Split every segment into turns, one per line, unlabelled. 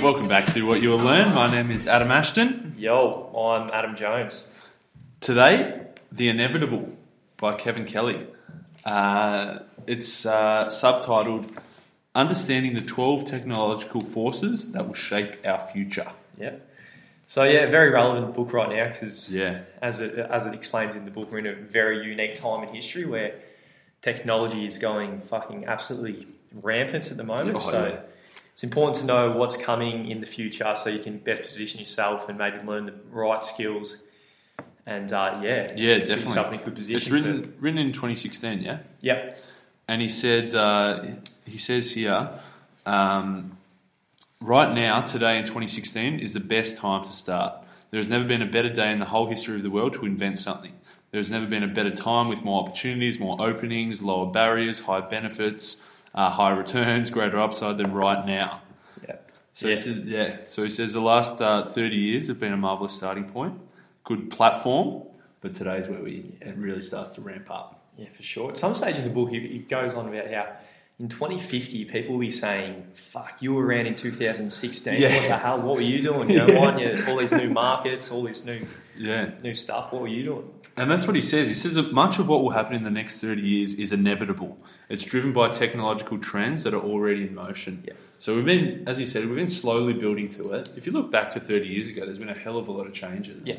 welcome back to What You Will Learn. My name is Adam Ashton.
Yo, I'm Adam Jones.
Today, The Inevitable by Kevin Kelly. Uh, it's uh, subtitled Understanding the 12 Technological Forces That Will Shape Our Future.
Yeah. So yeah, very relevant book right now because
Yeah.
as it as it explains in the book, we're in a very unique time in history where technology is going fucking absolutely rampant at the moment.
Oh,
so
yeah.
it's important to know what's coming in the future so you can better position yourself and maybe learn the right skills. And uh, yeah,
Yeah,
give
definitely.
yourself in a good position.
It's written, written in 2016, yeah?
For, yeah,
And he said, uh, he says here, um, right now, today in 2016, is the best time to start. There has never been a better day in the whole history of the world to invent something. There has never been a better time with more opportunities, more openings, lower barriers, high benefits, uh, high returns, greater upside than right now.
yeah,
So
yeah.
he says, yeah. So he says the last uh, 30 years have been a marvelous starting point, good platform, but today's where we it really starts to ramp up.
Yeah, for sure. At some stage in the book, he, he goes on about how in 2050 people will be saying, "Fuck, you were around in 2016.
Yeah.
What the hell? What were you doing? You know,
Yeah.
why aren't you all these new markets, all this new
Yeah.
new stuff? What were you doing?"
And that's what he says. He says that much of what will happen in the next 30 years is inevitable. It's driven by technological trends that are already in motion.
Yeah.
So we've been, as you said, we've been slowly building to it. If you look back to 30 years ago, there's been a hell of a lot of changes.
Yeah.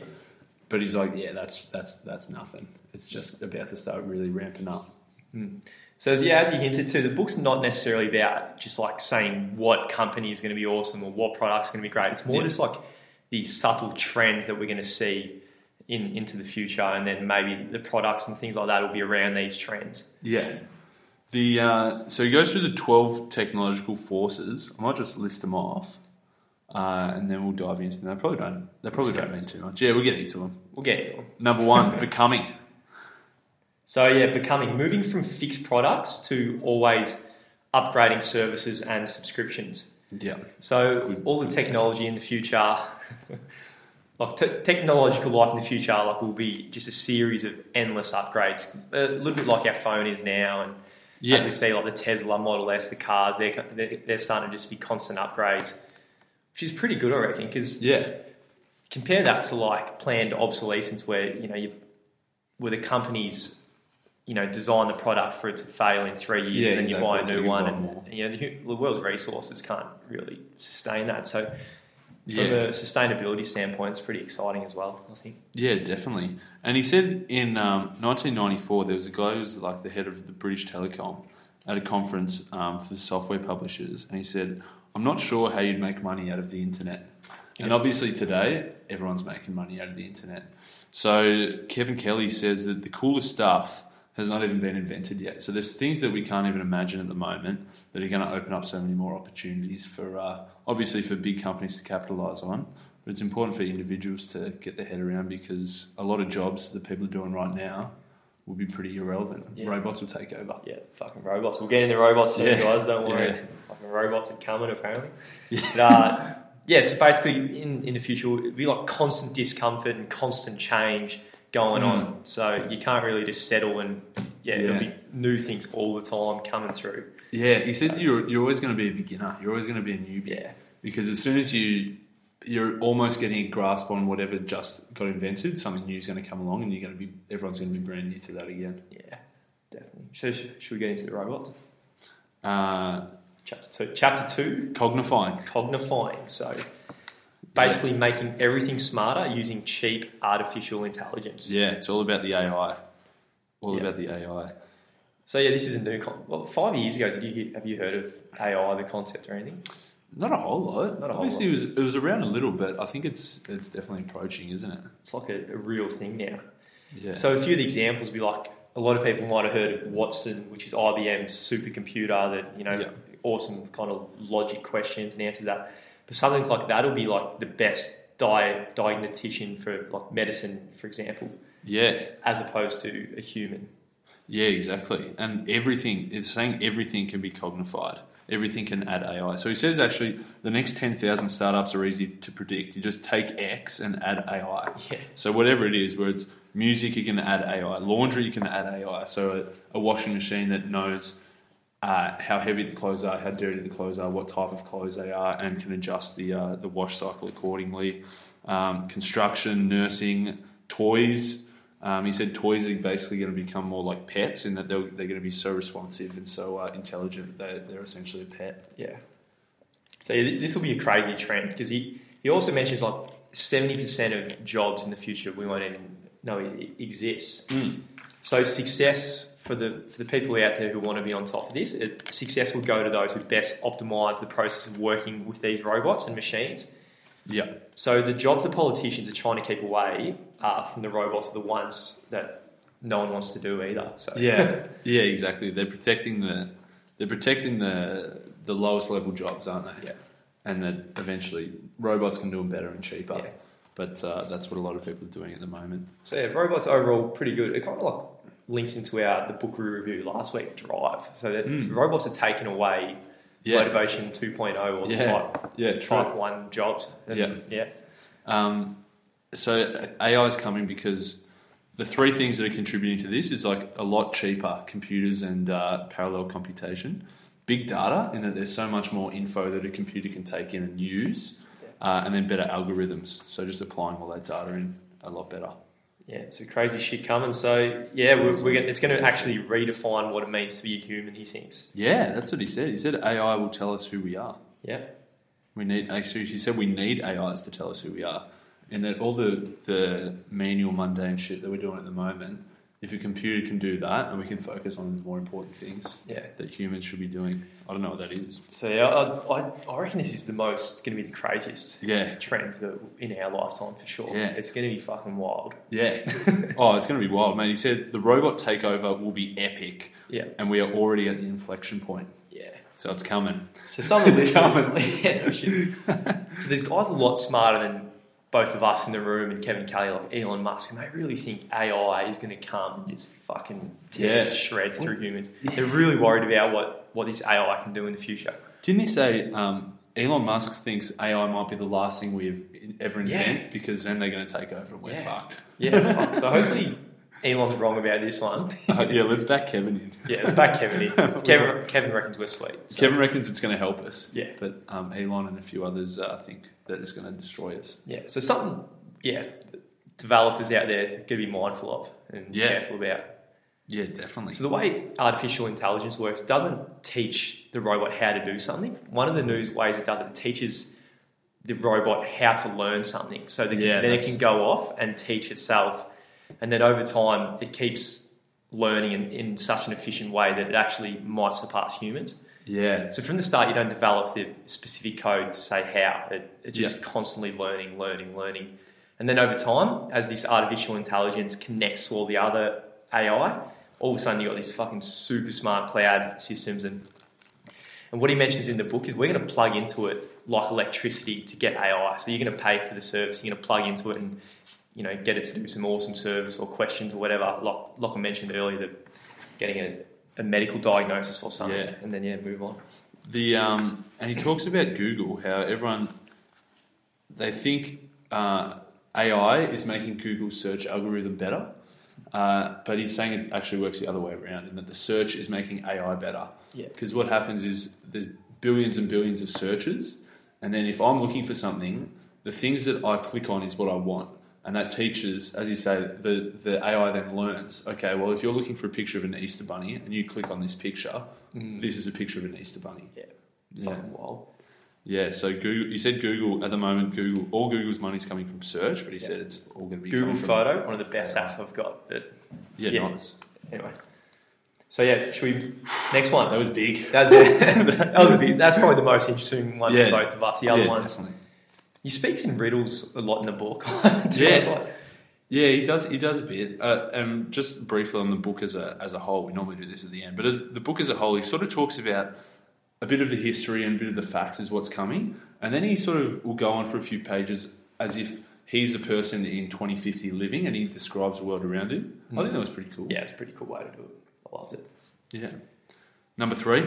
But he's like, yeah, that's that's that's nothing. It's just about to start really ramping up.
So as, yeah, as you hinted to, the book's not necessarily about just like saying what company is going to be awesome or what product's going to be great. It's more
Yeah.
just like the subtle trends that we're going to see in into the future, and then maybe the products and things like that will be around these trends.
Yeah. The uh, so he goes through the twelve technological forces. I might just list them off, uh, and then we'll dive into them. They probably don't. They probably don't mean too much. Yeah, we'll get into them.
We'll get into them.
Number one, becoming.
So yeah, becoming moving from fixed products to always upgrading services and subscriptions.
Yeah.
So all the technology in the future, like te- technological life in the future, like will be just a series of endless upgrades, a little bit like our phone is now, and as we
Yeah.
see like the Tesla Model S, the cars, they're they're, they're starting to just be constant upgrades, which is pretty good, I reckon, because
Yeah.
compare that to like planned obsolescence where you know you where the companies you know design the product for it to fail in three years
Yeah,
and then
exactly.
you buy a
So
new
you
one
buy
and,
more.
you know the, hu- the world's resources can't really sustain that so from
Yeah.
a sustainability standpoint it's pretty exciting as well i think
Yeah. Definitely. And he said in um, 1994 there was a guy who was like the head of the British Telecom at a conference um, for software publishers, and he said, "I'm not sure how you'd make money out of the internet." And obviously today, everyone's making money out of the internet. So Kevin Kelly says that the coolest stuff has not even been invented yet. So there's things that we can't even imagine at the moment that are going to open up so many more opportunities for uh, obviously for big companies to capitalize on. But it's important for individuals to get their head around because a lot of jobs that people are doing right now will be pretty irrelevant.
Yeah.
Robots will take over.
yeah fucking robots we'll get into robots soon
Yeah.
guys don't worry
Yeah.
fucking robots are coming apparently but, uh, yeah so basically in, in the future it'll be like constant discomfort and constant change going
Mm.
on so you can't really just settle and yeah,
Yeah.
there'll be new things all the time coming through
Yeah, he said you're, you're always going to be a beginner. You're always going to be a newbie.
yeah
because as soon as you you're almost getting a grasp on whatever just got invented, something new is going to come along, and you're going to be everyone's going to be brand new to that again.
yeah definitely so sh- should we get into the robots
Uh,
chapter two chapter two
cognifying,
cognifying so basically making everything smarter using cheap artificial intelligence
yeah, it's all about the AI, all
Yeah.
about the AI.
So yeah, this is a new. Con- well, five years ago, did you hear, have you heard of AI, the concept or anything?
Not a whole lot.
Not a whole
Obviously, it was it was around a little bit. I think it's it's definitely approaching, isn't it?
It's like a, a real thing now.
Yeah,
So a few of the examples would be like a lot of people might have heard of Watson, which is IBM's supercomputer that you know
Yeah.
awesome kind of logic questions and answers that. But something like that will be like the best di- diagnostician for like medicine, for example,
yeah,
as opposed to a human.
yeah, exactly. And everything it's saying everything can be cognified. Everything can add AI. So he says actually the next ten thousand startups are easy to predict. You just take X and add AI.
Yeah.
So whatever it is, where it's music, you can add AI. Laundry, you can add AI. So a, a washing machine that knows uh, how heavy the clothes are, how dirty the clothes are, what type of clothes they are, and can adjust the uh, the wash cycle accordingly. Um, construction, nursing, toys. Um, he said toys are basically going to become more like pets in that they're, they're going to be so responsive and so uh, intelligent that they're, they're essentially a pet.
Yeah. So th- this will be a crazy trend because he, he also mentions like seventy percent of jobs in the future we won't even know e- exists.
Mm.
So success for the for the people out there who want to be on top of this, it, success will go to those who best optimize the process of working with these robots and machines.
Yeah.
So the jobs the politicians are trying to keep away are from the robots are the ones that no one wants to do either. So
Yeah, yeah, exactly. They're protecting the they're protecting the the lowest level jobs, aren't they?
Yeah.
And that eventually robots can do them better and cheaper.
Yeah.
But uh, that's what a lot of people are doing at the moment.
So yeah, robots overall pretty good. It kind of like links into our the book we reviewed last week, Drive. So that
Mm.
robots are taking away
Yeah,
motivation 2.0 or the
Yeah.
type,
yeah,
type
true.
1 jobs. And
Yeah.
Yeah.
Um, so AI is coming because the three things that are contributing to this is like a lot cheaper computers and uh, parallel computation, big data in that there's so much more info that a computer can take in and use, uh, and then better algorithms. So just applying all that data in a lot better.
Yeah, so crazy shit coming. So yeah, we're, we're gonna, it's going to actually redefine what it means to be a human. He thinks.
Yeah, that's what he said. He said AI will tell us who we are.
Yeah,
We need actually he said we need AIs to tell us who we are. And that all the the manual mundane shit that we're doing at the moment, if a computer can do that and we can focus on the more important things
yeah.
that humans should be doing. I don't know what that is.
So yeah, I, I, I reckon this is the most going to be the craziest
Yeah.
trend that- in our lifetime for sure.
Yeah.
It's going to be fucking wild.
Yeah. oh, it's gonna be wild, man. He said the robot takeover will be epic
Yeah,
and we are already at the inflection point.
yeah.
So it's coming.
So some of the
It's
listeners, yeah, no shit. so there's guys a lot smarter than both of us in the room and Kevin Kelly, like Elon Musk, and they really think AI is going to come and just fucking tear
Yeah.
to shreds through humans. They're really worried about what, what this AI can do in the future.
Didn't he say um, Elon Musk thinks AI might be the last thing we ever
Yeah.
invent because then they're going to take over and we're
Yeah.
fucked?
Yeah, fuck. so hopefully Elon's wrong about this one.
Uh, yeah, let's back Kevin in.
Yeah, it's back Kevin. in. Kevin, Kevin reckons we're sweet. So,
Kevin reckons it's going to help us.
Yeah.
But um, Elon and a few others uh, think that it's going to destroy us.
Yeah, so something, yeah, developers out there got to be mindful of and
Yeah.
careful about.
Yeah, definitely.
So the way artificial intelligence works doesn't teach the robot how to do something. One of the new ways it does it, it teaches the robot how to learn something. So the,
Yeah,
then it
that's-
can go off and teach itself, and then over time it keeps learning in, in such an efficient way that it actually might surpass humans.
yeah.
So from the start, you don't develop the specific code to say how. It, it's just constantly learning, learning, learning. And then over time, as this artificial intelligence connects to all the other AI, all of a sudden you've got these fucking super smart cloud systems. And, and what he mentions in the book is we're going to plug into it like electricity to get AI. So you're going to pay for the service, you're going to plug into it and you know, get it to do some awesome service or questions or whatever. Like, like I mentioned earlier, the, getting a, a medical diagnosis or something.
Yeah.
And then, yeah, move on.
The um, and he talks about Google, how everyone they think uh, AI is making Google's search algorithm better, uh, but he's saying it actually works the other way around, and that the search is making AI better.
Yeah.
Because what happens is there's billions and billions of searches, and then if I'm looking for something, the things that I click on is what I want. And that teaches, as you say, the, the AI then learns, okay, well, if you're looking for a picture of an Easter bunny and you click on this picture, this is a picture of an Easter bunny.
Yeah.
Yeah.
Fucking wild.
Yeah, so Google, you said Google at the moment. Google, all Google's money's coming from search, but he
Yeah.
said it's all going to be
Google
coming from,
Photo, one of the best apps I've got. But
Yeah,
Yeah.
nice.
anyway. So yeah, should we next one?
That was big.
That's it. that was a bit, that's probably the most interesting one
Yeah.
for both of us. The other
yeah,
ones
definitely.
he speaks in riddles a lot in the book.
Yeah.
It's like-
Yeah, he does. He does a bit. Uh, and just briefly on the book as a as a whole, we normally do this at the end. But as the book as a whole, he sort of talks about a bit of the history and a bit of the facts is what's coming, and then he sort of will go on for a few pages as if he's a person in 2050 living, and he describes the world around him. I think that was pretty cool.
Hmm. yeah, it's a pretty cool way to do it. I loved it.
Yeah. Number three,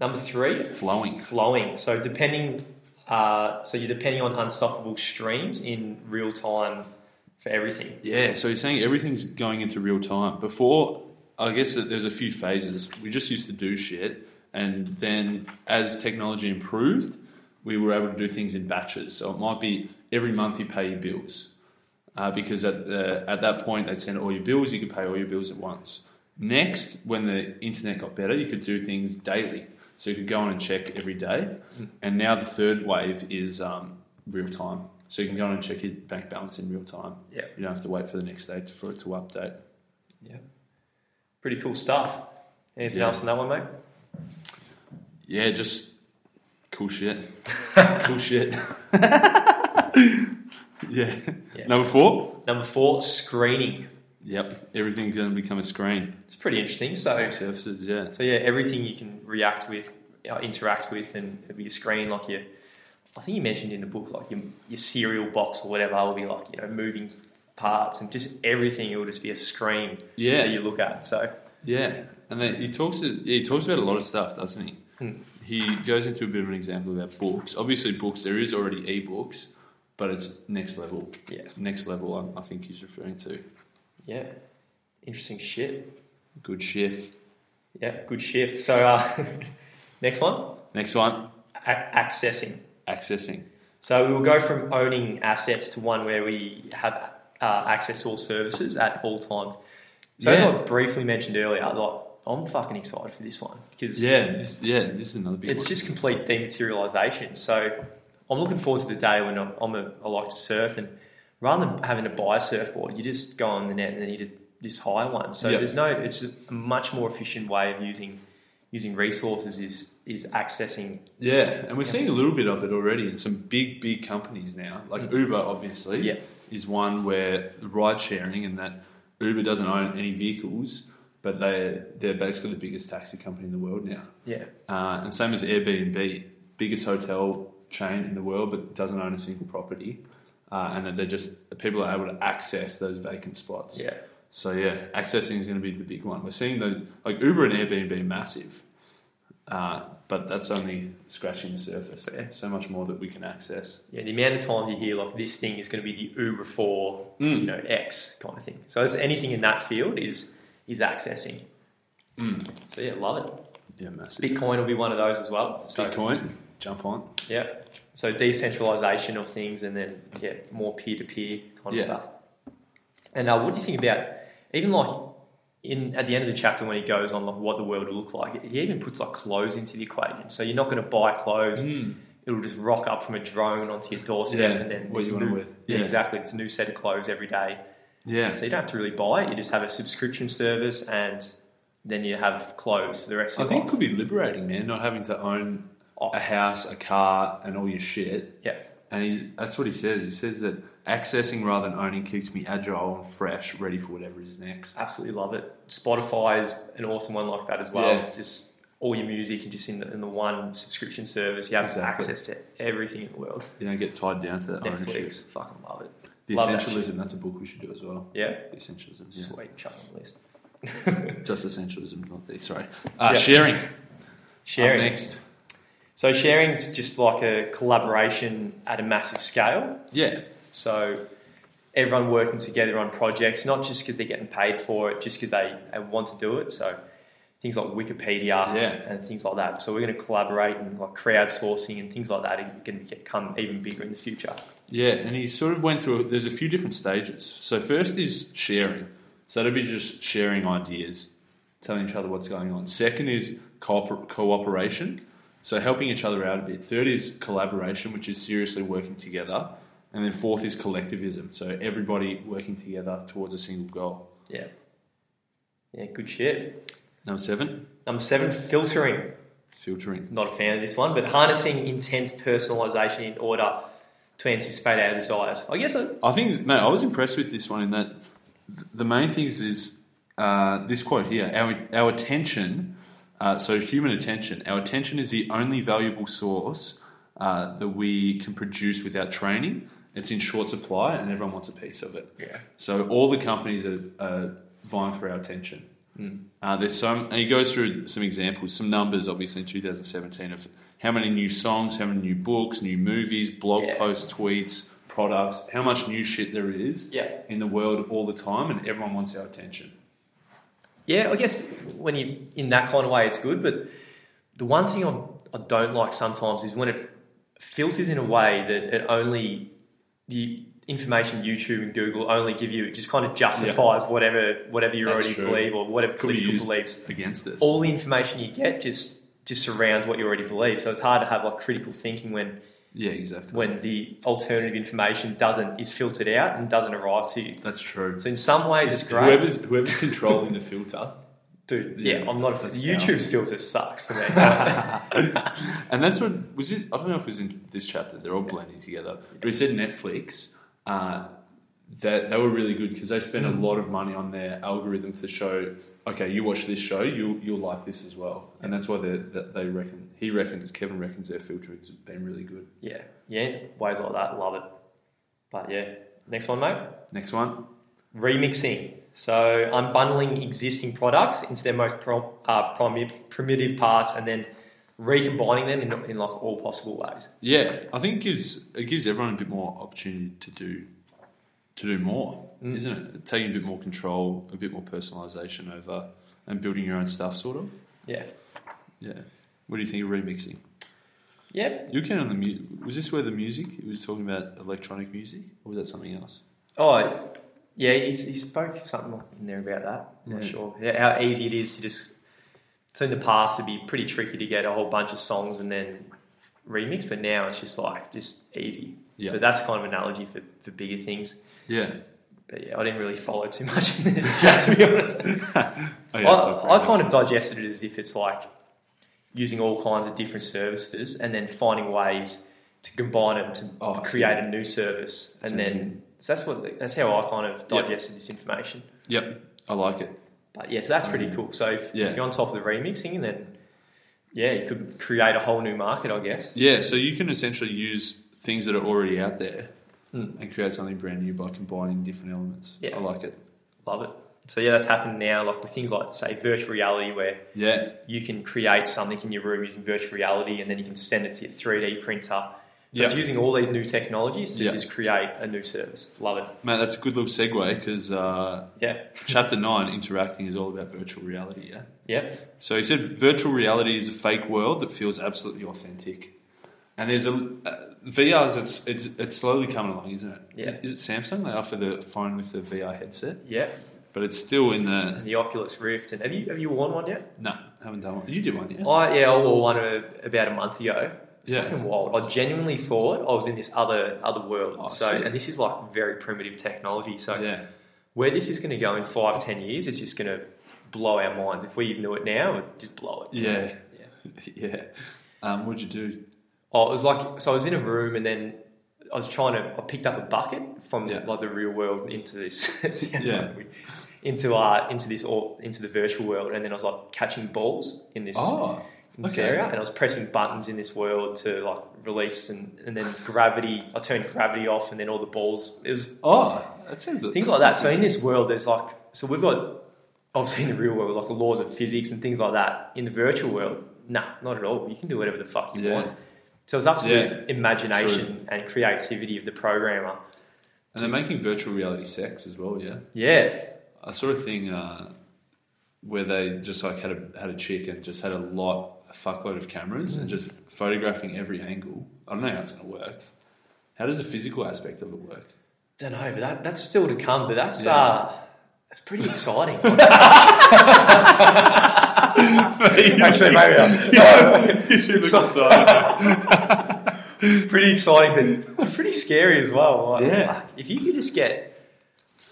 Number three,
flowing.
flowing. So depending, uh, so you're depending on unstoppable streams in real time for everything.
Yeah, so he's saying everything's going into real time. Before I guess that there's a few phases. We just used to do shit, and then as technology improved, we were able to do things in batches. So it might be every month you pay your bills, uh, because at the, at that point they'd send all your bills. You could pay all your bills at once. Next, when the internet got better, you could do things daily. So you could go on and check every day. And now the third wave is um, real time. So you can go on and check your bank balance in real time.
Yeah.
You don't have to wait for the next day for it to update.
Yeah. Pretty cool stuff. Anything
Yeah.
else on that one, mate?
Yeah, just cool shit. cool shit. yeah.
Yeah.
Number four.
Number four, screening.
Yep. Everything's going to become a screen.
It's pretty interesting. So,
Surfaces, yeah.
so yeah, everything you can react with, uh, interact with, and it'll be a screen like your. I think you mentioned in the book, like your, your cereal box or whatever, will be like you know moving parts and just everything. It will just be a screen that
Yeah.
you look at. So
Yeah. And then he talks, he talks about a lot of stuff, doesn't he?
Hmm.
He goes into a bit of an example about books. Obviously, books, there is already e-books, but it's next level.
Yeah.
Next level, I, I think he's referring to.
yeah, interesting shit.
Good shift.
Yeah, good shift. So uh, next one,
Next one,
a- accessing.
accessing.
So we will go from owning assets to one where we have uh, access to all services at all times. So
Yeah.
as I briefly mentioned earlier, like I'm fucking excited for this one because
Yeah, this, yeah, this is another big
it's
one.
just complete dematerialization. So I'm looking forward to the day when I'm, I'm a, I like to surf and rather than having to buy a surfboard, you just go on the net and then you just, just hire one. So
Yeah.
there's no, it's a much more efficient way of using using resources is is accessing.
Yeah, and we're seeing a little bit of it already in some big, big companies now. Like Uber, obviously,
Mm. Yeah.
is one where the ride sharing and that Uber doesn't own any vehicles, but they they're basically the biggest taxi company in the world now.
Yeah,
Uh, and same as Airbnb, biggest hotel chain in the world, but doesn't own a single property, uh, and that they're just people are able to access those vacant spots.
yeah,
So yeah, accessing is going to be the big one. We're seeing the like Uber and Airbnb massive, uh, but that's only scratching the surface.
Yeah.
So much more that we can access.
yeah. The amount of times you hear like this thing is going to be the Uber for you know X kind of thing. So it's anything in that field is is accessing. So yeah, love it.
Yeah, massive.
Bitcoin will be one of those as well. So,
Bitcoin, jump on.
Yeah. So decentralization of things and then yeah, more peer to peer kind
Yeah.
of stuff. And uh, what do you think about even like in at the end of the chapter when he goes on like what the world will look like, he even puts like clothes into the equation. So you're not going to buy clothes. It'll just rock up from a drone onto your doorstep
Hmm. Yeah,
and then
what
it's
you
a
wanna
new-
wear.
Yeah,
Yeah.
exactly. It's a new set of clothes every day.
Yeah,
So you don't have to really buy it. You just have a subscription service and then you have clothes for the rest
I
of your
think it
life.
could be liberating, man. Not having to own
Oh.
a house, a car, and all your shit.
Yeah.
And he, that's what he says. He says that accessing rather than owning keeps me agile and fresh, ready for whatever is next.
Absolutely love it. Spotify is an awesome one like that as well.
Yeah.
Just all your music and just in the, in the one subscription service, you have
Exactly. Oh,
access to everything in the world.
You don't get tied down to that ownership.
Netflix, fucking love it.
The
Love that
essentialism. that's a book we should do as well.
Yeah,
The essentialism. Yeah.
sweet. Chuck on the list.
Just essentialism, not the sorry. Uh,
Yeah.
Sharing.
Sharing.
Up next.
So sharing is just like a collaboration at a massive scale.
Yeah.
So everyone working together on projects, not just because they're getting paid for it, just because they, they want to do it. So things like Wikipedia
Yeah.
and things like that. So we're going to collaborate and like crowdsourcing and things like that are going to become even bigger in the future.
Yeah, and he sort of went through. There's a few different stages. So first is sharing. So that'd be just sharing ideas, telling each other what's going on. Second is cooper- cooperation. So helping each other out a bit. Third is collaboration, which is seriously working together. And then fourth is collectivism. So everybody working together towards a single goal.
Yeah. Yeah, good shit.
Number seven,
Number seven, filtering.
filtering.
Not a fan of this one, but harnessing intense personalization in order to anticipate our desires. I guess I,
I think, mate, I was impressed with this one in that th- the main things is uh, this quote here: our our attention. Uh, so human attention. Our attention is the only valuable source uh, that we can produce without training. It's in short supply, and everyone wants a piece of it.
Yeah.
So all the companies are, are vying for our attention.
Hmm.
Uh, there's some, and he goes through some examples, some numbers, obviously in 2017 of how many new songs, how many new books, new movies, blog
Yeah.
posts, tweets, products, how much new shit there is
Yeah.
in the world all the time, and everyone wants our attention.
yeah, I guess when you in that kind of way, it's good. But the one thing I'm, I don't like sometimes is when it filters in a way that it only the information YouTube and Google only give you it just kind of justifies whatever whatever you
That's
already
true.
believe or whatever
Could be
political
used
beliefs.
against us.
All the information you get just just surrounds what you already believe. So it's hard to have like critical thinking when
yeah, exactly.
when the alternative information doesn't is filtered out and doesn't arrive to you.
That's true.
So in some ways it's great.
Whoever's whoever's controlling the filter.
Dude,
Yeah,
yeah, I'm not. A,
that's
YouTube's filter sucks for me.
and that's what was it. I don't know if it was in this chapter. They're all blending together. But he said Netflix. Uh, that they were really good because they spent a lot of money on their algorithms to show. Okay, you watch this show, you you'll like this as well, and that's why they that they reckon he reckons Kevin reckons their filtering's been really good.
yeah, yeah, ways like that, love it. But yeah, next one, mate.
Next one,
Remixing. So unbundling existing products into their most prom, uh, primi- primitive parts and then recombining them in, in like all possible ways.
yeah, I think it gives it gives everyone a bit more opportunity to do to do more, isn't it? Taking a bit more control, a bit more personalisation over, and building your own stuff, sort of.
Yeah.
Yeah. What do you think of remixing?
Yep.
You came on the mu- was this where the music? He was talking about electronic music, or was that something else?
Oh, yeah. He, he spoke something in there about that. I'm not
Yeah.
sure Yeah, how easy it is to just. So in the past, it'd be pretty tricky to get a whole bunch of songs and then remix, but now it's just like just easy.
Yeah.
But that's kind of analogy for, for bigger things.
Yeah.
But yeah, I didn't really follow too much in this, to be honest.
Oh,
I, I kind of digested it as if it's like using all kinds of different services and then finding ways to combine them to
Oh, I see.
create a new service, and
Essentially.
then so that's what that's how I kind of
Yeah.
digested this information.
Yep, I like it.
But yeah, so that's pretty cool. So if,
Mm. Yeah.
if you're on top of the remixing, then yeah, you could create a whole new market, I guess.
Yeah, so you can essentially use things that are already out there and create something brand new by combining different elements.
Hmm. Yeah.
I like it.
Love it. So yeah, that's happened now, like with things like say virtual reality, where
Yeah,
you can create something in your room using virtual reality and then you can send it to your 3D printer. So it's
Yeah.
using all these new technologies to
Yeah.
just create a new service. Love it.
mate, that's a good little segue because uh,
Yeah.
chapter nine, interacting, is all about virtual reality. Yeah.
Yeah.
So he said virtual reality is a fake world that feels absolutely authentic. And there's a uh, VR's it's it's it's slowly coming along, isn't it?
Yeah.
Is, it Samsung? They offer the phone with the VR headset,
Yeah.
but it's still in the
And the Oculus Rift. And have you have you worn one yet?
no. Haven't done one. You did one, yeah?
I yeah, I wore one a, about a month ago. It's
Yeah.
fucking wild. I genuinely thought I was in this other other world.
Oh,
so
sick.
and this is like very primitive technology. So
yeah,
where this is going to go in five ten years, it's just going to blow our minds. If we knew it now, it'd just blow it.
yeah,
Yeah.
yeah. Um, what'd you do?
Oh, it was like so. I was in a room, and then I was trying to. I picked up a bucket from
Yeah.
like the real world into this. it sounds
Yeah.
like weird. into uh, into this or into the virtual world, and then I was like catching balls in this,
Oh,
in this
okay.
area, and I was pressing buttons in this world to like release, and, and then gravity. I turned gravity off, and then all the balls. It was
oh, that sounds
things like that. So in this world, there's like so we've got obviously in the real world like the laws of physics and things like that. In the virtual world, nah, not at all. You can do whatever the fuck you
Yeah.
want. So it's up to the
Yeah.
imagination and creativity of the programmer.
And they're making virtual reality sex as well. Yeah,
Yeah,
I saw a thing uh, where they just like had a had a chick and just had a lot a fuckload of cameras
Mm.
and just photographing every angle. I don't know how it's gonna work. How does the physical aspect of it work?
don't know, but that, that's still to come. But that's
Yeah.
uh, that's pretty exciting.
Actually,
maybe pretty exciting, but pretty scary as well. Like,
Yeah.
fuck, if you could just get,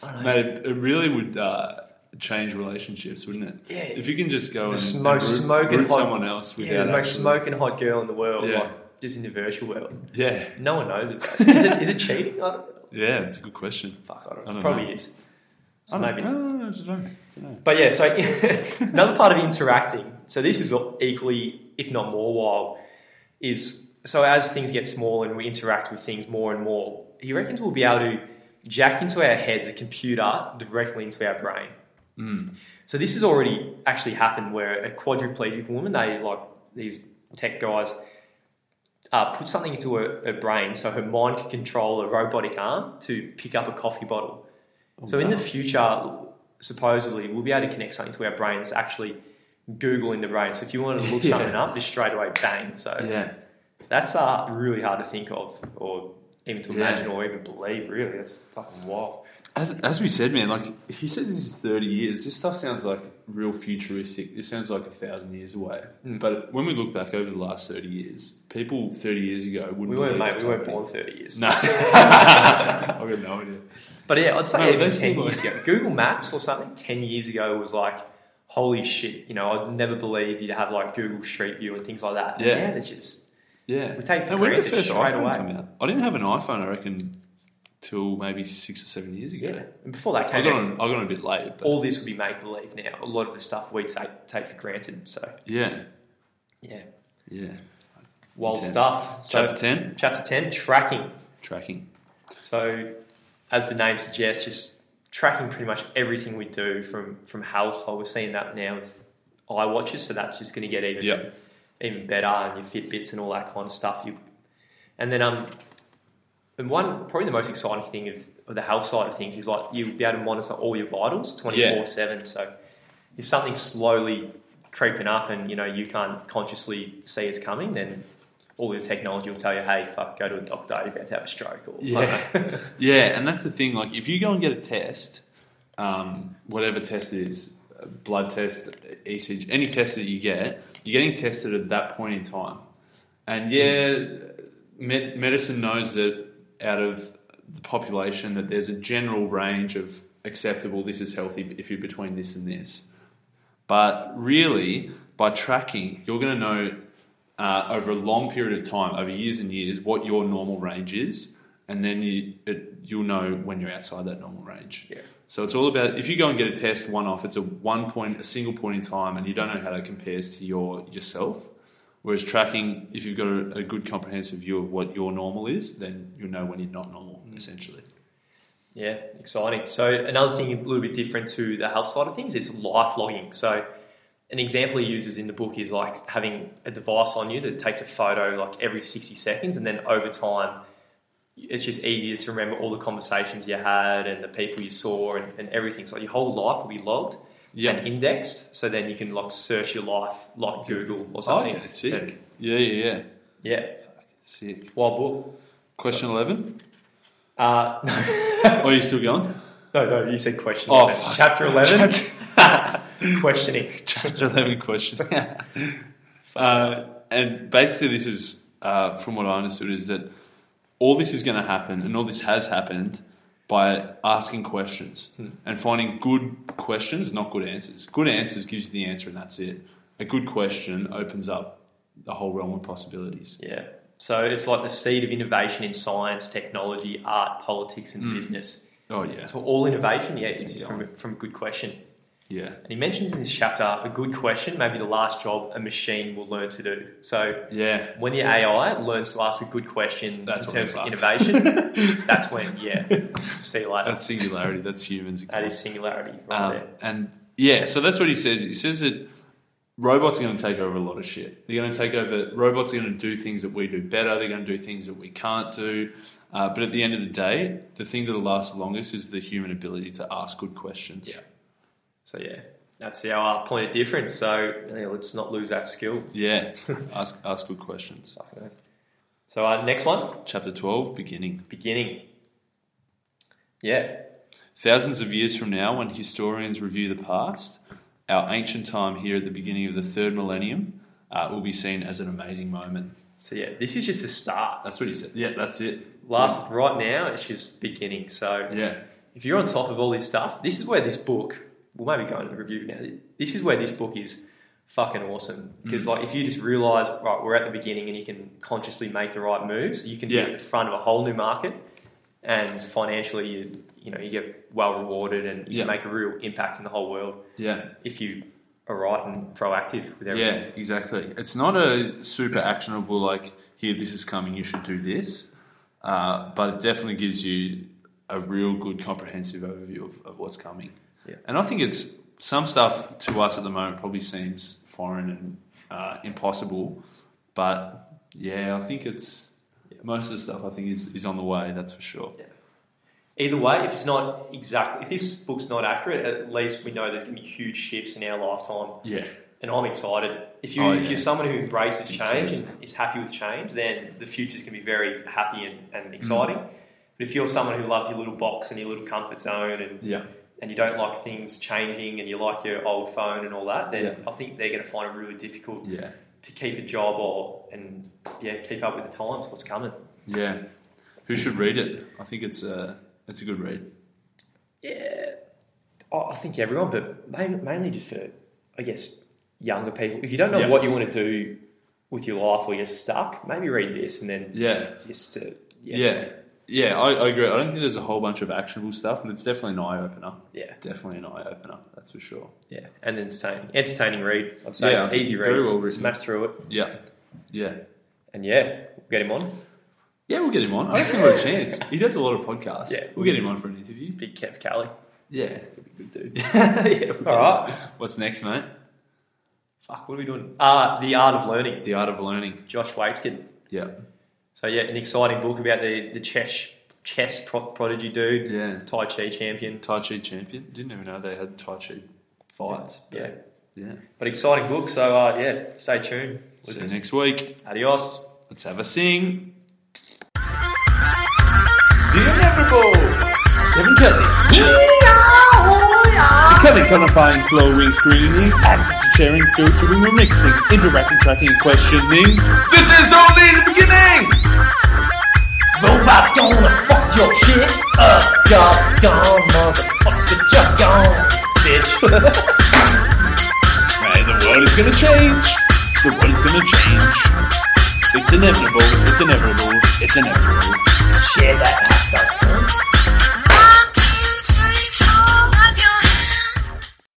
I don't know,
Mate, it, it really would uh, change relationships, wouldn't it?
Yeah.
If you can just go and,
smoke-
and root,
smoke and
root
hot-
someone else without
yeah, the most
actually-
smoking hot girl in the world,
Yeah.
like just in the virtual world.
Yeah,
No one knows about it. Is it, is it cheating? I don't,
yeah, it's a good question.
fuck, I don't,
I don't
Probably
know.
is. So
I don't,
maybe.
I don't know, I don't know, I don't know.
But yeah, so another part of interacting. So this is equally, if not more, wild. Is so as things get smaller and we interact with things more and more, he reckons we'll be able to jack into our heads a computer directly into our brain.
Hmm.
So this has already actually happened where a quadriplegic woman, they like these tech guys, uh, put something into her, her brain so her mind could control a robotic arm to pick up a coffee bottle. so in
Oh, wow.
the future, supposedly we'll be able to connect something to our brain that's actually Googling the brain. So if you wanted to look
Yeah.
something up, just straight away bang. So
Yeah.
that's uh, really hard to think of or even to
Yeah.
imagine or even believe, really. That's fucking wild.
As, as we said, man, like he says this is 30 years. This stuff sounds like real futuristic. This sounds like a thousand years away.
Hmm.
But when we look back over the last 30 years, people 30 years ago wouldn't
We weren't,
believe
mate,
that's
we weren't
happening.
born 30 years.
No. I've got no idea.
But yeah, I'd say
No,
even
that's
10
the
years
way.
ago, Google Maps or something 10 years ago was like, holy shit, you know, I'd never believe you'd have like Google Street View and things like that. And
Yeah.
now it's just,
Yeah.
We take for
And when did the
granted
first
straight
iPhone
away.
come out? I didn't have an iPhone, I reckon, till maybe six or seven years ago.
yeah. And before that
I,
came
got
out,
on, I got on a bit late. But
all this would be make believe now. A lot of the stuff we take, take for granted. So,
yeah.
yeah,
Yeah.
wild
Intense.
stuff. So,
Chapter 10
chapter 10 tracking.
tracking.
So, as the name suggests, just tracking pretty much everything we do from from health. Like we're seeing that now with iWatches, so that's just going to get even
Yep.
even better, and your Fitbits and all that kind of stuff. You and then um, and one probably the most exciting thing of, of the health side of things is like you'll be able to monitor all your vitals twenty four seven. So if something's slowly creeping up and you know you can't consciously see it's coming, then all your technology will tell you, "Hey, fuck, go to a doctor. You're about to have a stroke." Or
Yeah. yeah, and that's the thing. Like, if you go and get a test, um, whatever test it is, a blood test, ECG, any test that you get, you're getting tested at that point in time. And yeah, med- medicine knows that out of the population that there's a general range of acceptable. This is healthy if you're between this and this. But really, by tracking, you're going to know uh, over a long period of time, over years and years, what your normal range is, and then you it, you'll know when you're outside that normal range.
Yeah.
So it's all about if you go and get a test one off, it's a one point, a single point in time, and you don't know how that compares to your yourself. Whereas tracking, if you've got a, a good comprehensive view of what your normal is, then you'll know when you're not normal, essentially.
Yeah, exciting. So another thing a little bit different to the health side of things is life logging. So an example he uses in the book is like having a device on you that takes a photo like every 60 seconds and then over time it's just easier to remember all the conversations you had and the people you saw and, and everything. So your whole life will be logged
Yeah.
and indexed. So then you can like search your life like Google or something.
Oh, yeah, sick. Yeah, yeah, yeah.
Yeah.
Sick.
Wild book.
Question 11?
Uh, no.
Or are you still going?
No, no, you said question.
Oh,
11.
fuck.
Chapter 11. Questioning.
Chapter 11 question. uh, and basically, this is, uh, from what I understood, is that all this is going to happen, and all this has happened by asking questions and finding good questions, not good answers. Good answers gives you the answer, and that's it. A good question opens up the whole realm of possibilities.
Yeah. So it's like the seed of innovation in science, technology, art, politics, and business.
Oh, yeah.
So all innovation, yeah, it's just from, from a good question.
Yeah.
And he mentions in this chapter a good question, maybe the last job a machine will learn to do. So
Yeah.
when the AI learns to ask a good question
That's
in
when
terms
we're
of
fucked.
innovation, that's when, yeah, see you later.
That's singularity. That's humans.
That is singularity right
Um,
there.
and yeah, so that's what he says. He says that robots are going to take over a lot of shit. They're going to take over. Robots are going to do things that we do better. They're going to do things that we can't do. Uh, but at the end of the day, the thing that'll last the longest is the human ability to ask good questions.
Yeah. So yeah, that's our point of difference. So yeah, let's not lose that skill.
Yeah. ask ask good questions.
So uh, next one,
Chapter twelve, beginning.
beginning. Yeah,
Thousands of years from now, when historians review the past, our ancient time here at the beginning of the third millennium uh, will be seen as an amazing moment.
So yeah, this is just the start.
That's what he said. Yeah, that's it.
Last right now, it's just beginning. So
Yeah.
if you're on top of all this stuff, this is where this book. We'll maybe go into review now. This is where this book is fucking awesome
Mm-hmm.
because like if you just realize right, we're at the beginning and you can consciously make the right moves, you can
Yeah.
be at the front of a whole new market, and financially you you know you get well rewarded and you
Yeah.
can make a real impact in the whole world
Yeah.
if you are right and proactive with
Yeah,
everything.
exactly. It's not a super actionable like here this is coming, you should do this, uh, but it definitely gives you a real good comprehensive overview of, of what's coming.
Yeah.
And I think it's some stuff to us at the moment probably seems foreign and uh, impossible, but yeah, I think it's most of the stuff I think is, is on the way. That's for sure.
Either way, if it's not exactly, if this book's not accurate, at least we know there's going to be huge shifts in our lifetime.
Yeah.
And I'm excited. If you
Oh,
if
yeah.
you're someone who embraces
Big
change
change.
and is happy with change, then the future's going to be very happy and,
Mm.
and exciting. But if you're someone who loves your little box and your little comfort zone and
Yeah.
and you don't like things changing and you like your old phone and all that, then
Yeah.
I think they're going to find it really difficult
Yeah.
to keep a job or and yeah keep up with the times. What's coming?
Yeah. Who should read it? I think it's a it's a good read.
Yeah, I I think everyone, but main- mainly just for I guess younger people. If you don't know
Yeah.
what you want to do with your life or you're stuck, maybe read this and then
Yeah.
just to,
Yeah. Yeah. I, I agree. I don't think there's a whole bunch of actionable stuff, but it's definitely an eye opener.
yeah,
Definitely an eye opener. That's for sure.
yeah, and entertaining, entertaining read. I'd say
Yeah, I think
easy read.
very well
Just
written.
mash through it,
Yeah. Yeah.
and yeah, we'll get him on.
Yeah, we'll get him on. I reckon we've got a chance. He does a lot of podcasts.
Yeah.
We'll get him on for an interview.
Big Kev Kelly,
Yeah.
good dude.
yeah we'll get
All right.
him. What's next, mate?
Fuck, what are we doing? Ah, The Art of Learning,
The Art of Learning.
Josh Waitskin.
Yeah.
So yeah, an exciting book about the the chess chess pro- prodigy dude,
Yeah.
Tai Chi champion.
Tai Chi champion. Didn't even know they had Tai Chi fights.
Yeah,
Yeah.
but exciting book. So uh, yeah, stay tuned.
See you next week.
Adios.
Let's have a sing. Kevin Kelly. Kevin codifying, flowing, screening, access to sharing, filtering, or mixing, interacting, tracking, questioning. This is only the beginning!
Robots gonna fuck your shit up, doggone motherfucker, doggone bitch.
Hey, the world is gonna change. The world is gonna change. It's inevitable. It's inevitable. It's inevitable.
Shit, that